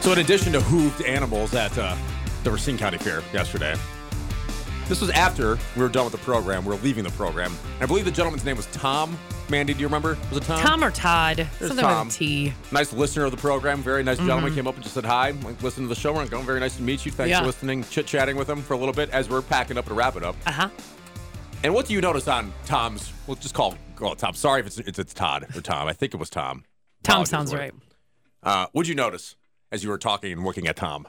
So, in addition to hooved animals at uh, the Racine County Fair yesterday, this was after we were done with the program. We were leaving the program. I believe the gentleman's name was Tom. Mandy, do you remember? Was it Tom? Tom or Todd? There's Something Tom. with a T. Nice listener of the program. Very nice gentleman came up and just said hi. Like, listen to the show. We're going, very nice to meet you. Thanks Mm-hmm. Yeah. for listening. Chit chatting with him for a little bit as we're packing up and wrapping up. Uh huh. And what do you notice on Tom's? We'll just call call it Tom. Sorry if it's it's, it's Todd or Tom. I think it was Tom. Tom Apologies sounds for it. right. Uh, what'd you notice as you were talking and looking at Tom?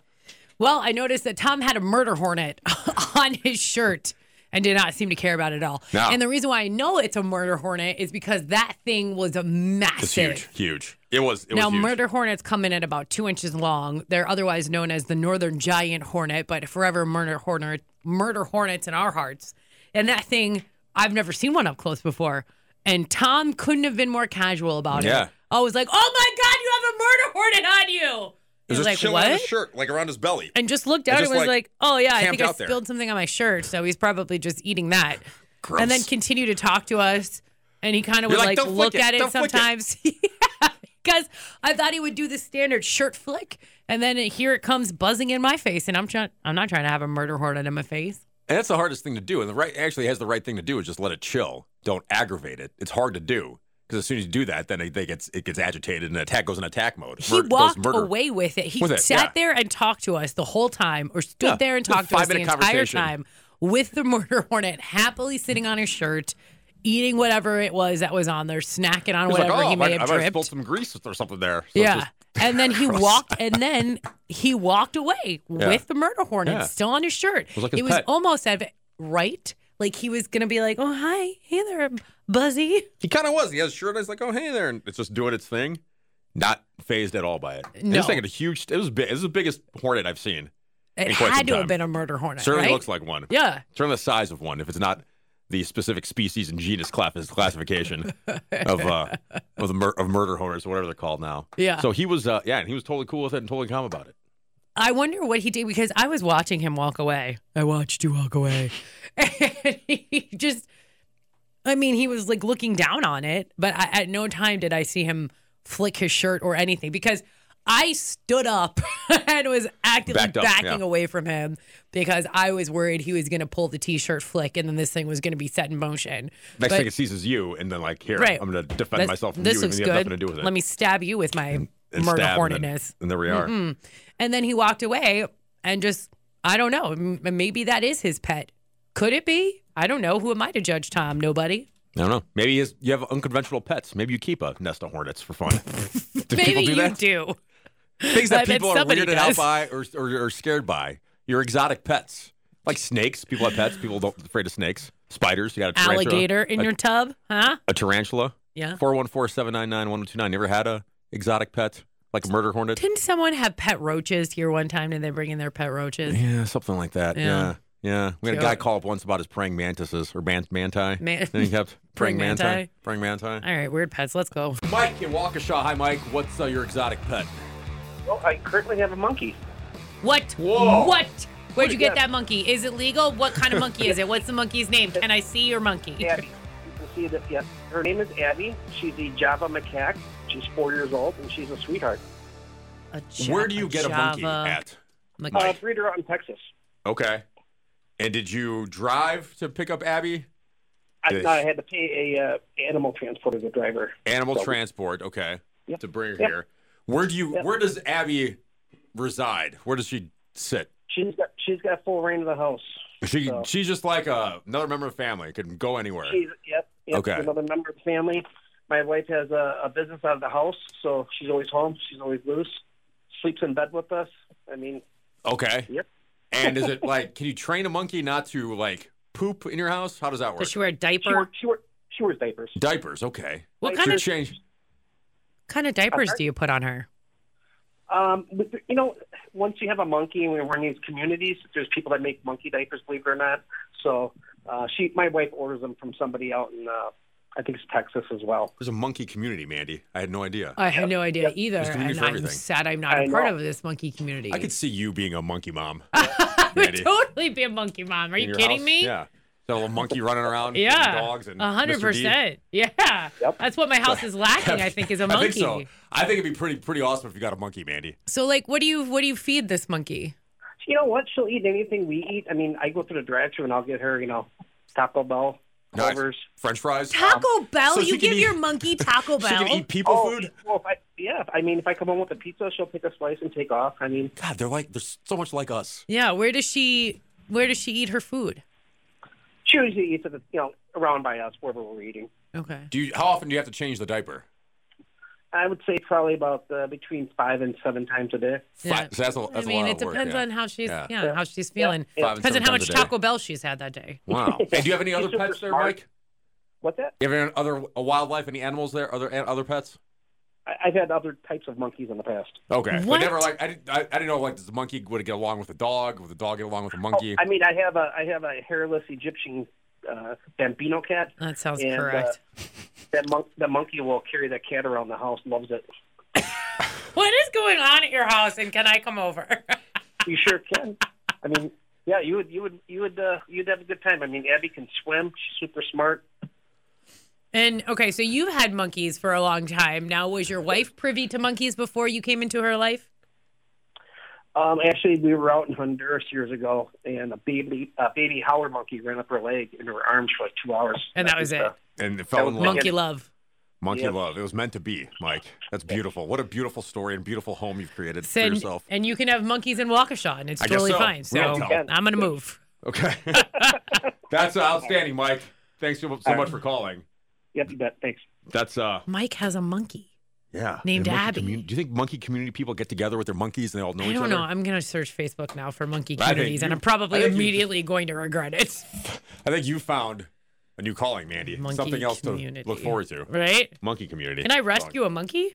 Well, I noticed that Tom had a murder hornet on his shirt and did not seem to care about it at all. No. And the reason why I know it's a murder hornet is because that thing was a massive. It's huge, huge. It was. It now, was huge. murder hornets come in at about two inches long. They're otherwise known as the northern giant hornet, but forever murder hornet, murder hornets in our hearts. And that thing, I've never seen one up close before. And Tom couldn't have been more casual about Yeah. it. I was like, "Oh my God, you have a murder hornet on you!" It was just like, chilling "What?" on his shirt, like around his belly. and just looked out just, and was like, like, "Oh yeah, I camped think I out there. spilled something on my shirt, so he's probably just eating that." Gross. And then continued to talk to us, and he kind of would like, like, "Don't look flick it, at it don't flick it." sometimes. Yeah, because I thought he would do the standard shirt flick, and then here it comes buzzing in my face, and I'm trying. I'm not trying to have a murder hornet in my face. And that's the hardest thing to do. And the right actually has the right thing to do is just let it chill. Don't aggravate it. It's hard to do because as soon as you do that, then it, they gets it gets agitated and attack goes in attack mode. He Mur- goes walked murder. away with it. He With it, sat yeah. there and talked to us the whole time, or stood Yeah, there and it was a talked to us the five-minute entire conversation. time with the murder hornet happily sitting on his shirt, eating whatever it was that was on there, snacking on He's whatever like, oh, he I, may I have might dripped. spilled some grease or something there. So it's yeah. just- and then he walked, and then he walked away with the murder hornet Yeah. still on his shirt. It was like his he was pet. almost at right, like he was gonna be like, "Oh hi, hey there, Buzzy." He kind of was. He has a shirt. on. He's like, oh, hey there, and it's just doing its thing. Not phased at all by it. And No. This thing had a huge. It was big. It was the biggest hornet I've seen. It In quite some had to time. have been a murder hornet, Certainly right? looks like one. yeah. Certainly the size of one. If it's not the specific species and genus class- classification of uh, of the mur- of murder hornets or whatever they're called now. Yeah. So he was. Uh, yeah, and he was totally cool with it and totally calm about it. I wonder what he did because I was watching him walk away. I watched you walk away. and he just, I mean, he was like looking down on it, but I, at no time did I see him flick his shirt or anything because I stood up and was actively Backed up, backing yeah. away from him because I was worried he was going to pull the t shirt flick and then this thing was going to be set in motion. Next But- thing it sees is you, and then like, here, Right. I'm going to defend This- myself from this you, looks even good. though you have nothing to do with it. Let me stab you with my And murder stab, and then- horniness. And there we are. And then he walked away and just, I don't know. M- maybe that is his pet. Could it be? I don't know. Who am I to judge Tom? Nobody. I don't know. Maybe you- you have unconventional pets. Maybe you keep a nest of hornets for fun. do maybe people do you that? do. Things that I bet people are somebody weirded out does. by or, or, or scared by. Your exotic pets, like snakes. People have pets. People don't afraid of snakes. Spiders. You got a tarantula, Alligator in a, your tub, huh? a tarantula. Yeah. Four one four seven nine nine one one two nine. Never had a exotic pet like a murder hornet. Didn't someone have pet roaches here one time? Did they bring in their pet roaches? Yeah, something like that. Yeah. Yeah. yeah. we had a Sure. guy call up once about his praying mantises or man- manti. Man- Then he kept praying Praying manti. manti. Praying manti. All right, weird pets. Let's go. Mike in Waukesha. Hi, Mike. What's uh, your exotic pet? Well, Oh, I currently have a monkey. What? Whoa. What? Where'd you get that monkey? Is it legal? What kind of monkey is it? What's the monkey's name? Can I see your monkey? Abby. You can see that. Yes, her name is Abby. She's a Java macaque. She's four years old and she's a sweetheart. A Ja- Where do you get a monkey Java at? monkey? Uh, breeder out in Texas. Okay. And did you drive to pick up Abby? I, Yes. I had to pay a uh, animal transport as a driver. Animal transport, okay, Yep. to bring her Yep. here. Where do you? Yep. Where does Abby reside? Where does she sit? She's got she's got full reign of the house. She So- she's just like a, another member of the family. Could go anywhere. She's yep, yep Okay. another member of the family. My wife has a, a business out of the house, so she's always home. She's always loose. Sleeps in bed with us. I mean, Okay. Yep. And is it like? Can you train a monkey not to like poop in your house? How does that work? Does she wear a she, diaper? wore, she, wore, she wears diapers. Diapers, okay. What Should kind of change? kind of diapers do you put on her? Um, but, you know, once you have a monkey and we're in these communities, there's people that make monkey diapers, believe it or not. So uh, she, my wife orders them from somebody out in, uh, I think it's Texas as well. There's a monkey community, Mandy. I had no idea. I had no idea either, There's community and for I'm everything. sad I'm not I a part know. of this monkey community. I could see you being a monkey mom. I would Mandy. totally be a monkey mom. Are in you your kidding house. me? Yeah. That little monkey running around. and Yeah. Dogs and a hundred Mr. D. percent. Yeah. Yep. That's what my house is lacking, I think, is a I monkey. think so. I think it'd be pretty pretty awesome if you got a monkey, Mandy. So, like what do you what do you feed this monkey? You know what? She'll eat anything we eat. I mean, I go through the drive-through and I'll get her, you know, Taco Bell, Nice. Culver's. French fries. Taco Bell? Um, so she you can give eat- your monkey Taco She Bell. can eat people food. Well, Oh, if I, yeah. I mean, if I come home with a pizza, she'll pick a slice and take off. I mean, God, they're like they're so much like us. yeah, where does she where does she eat her food? she usually eats at the, you know, around by us, wherever we're eating. Okay. Do you? How often do you have to change the diaper? I would say probably about uh, between five and seven times a day. Yeah. Five- so that's a, that's I mean, a lot it of work, depends yeah. on how she's Yeah. yeah, how she's feeling. Yeah. Five and Depends seven on how times much a day. Taco Bell she's had that day. Wow. hey, do you have any other She's super pets there, smart. Mike? What's that? You have any other uh, wildlife? Any animals there? Other an- other pets? I, I've had other types of monkeys in the past. Okay. But What? never like I didn't I, I didn't know like does the monkey would it get along with the dog? Would the dog get along with the monkey? Oh, I mean, I have a I have a hairless Egyptian uh, bambino cat. That sounds And, uh, correct. That mon- the monkey will carry that cat around the house. Loves it. what is going on at your house and can I come over? You sure can. I mean, yeah, you would you would you would uh, you'd have a good time. I mean, Abby can swim. She's super smart. and okay, so you've had monkeys for a long time. Now was your wife privy to monkeys before you came into her life? Um, actually, we were out in Honduras years ago, and a baby a baby howler monkey ran up her leg and her arms for like two hours. And that was it. Uh, and it fell in love. Monkey love. Monkey Yeah. love. It was meant to be, Mike. That's beautiful. What a beautiful story and beautiful home you've created for Then- yourself. and you can have monkeys in Waukesha, and it's I guess totally so. fine. We don't So tell. I'm gonna move. Okay. That's uh, outstanding, Mike. Thanks so, so much for calling. Yep, you bet. Thanks. That's uh Mike has a monkey. yeah. Named And monkey Abby. commu- do you think monkey community people get together with their monkeys and they all know I each don't other? know. I'm gonna search Facebook now for monkey I think communities, and you- I'm I probably think you- immediately going to regret it. I think you found a new calling, Mandy. Monkey Something else community. to look forward to. Right? Monkey community. Can I rescue a monkey?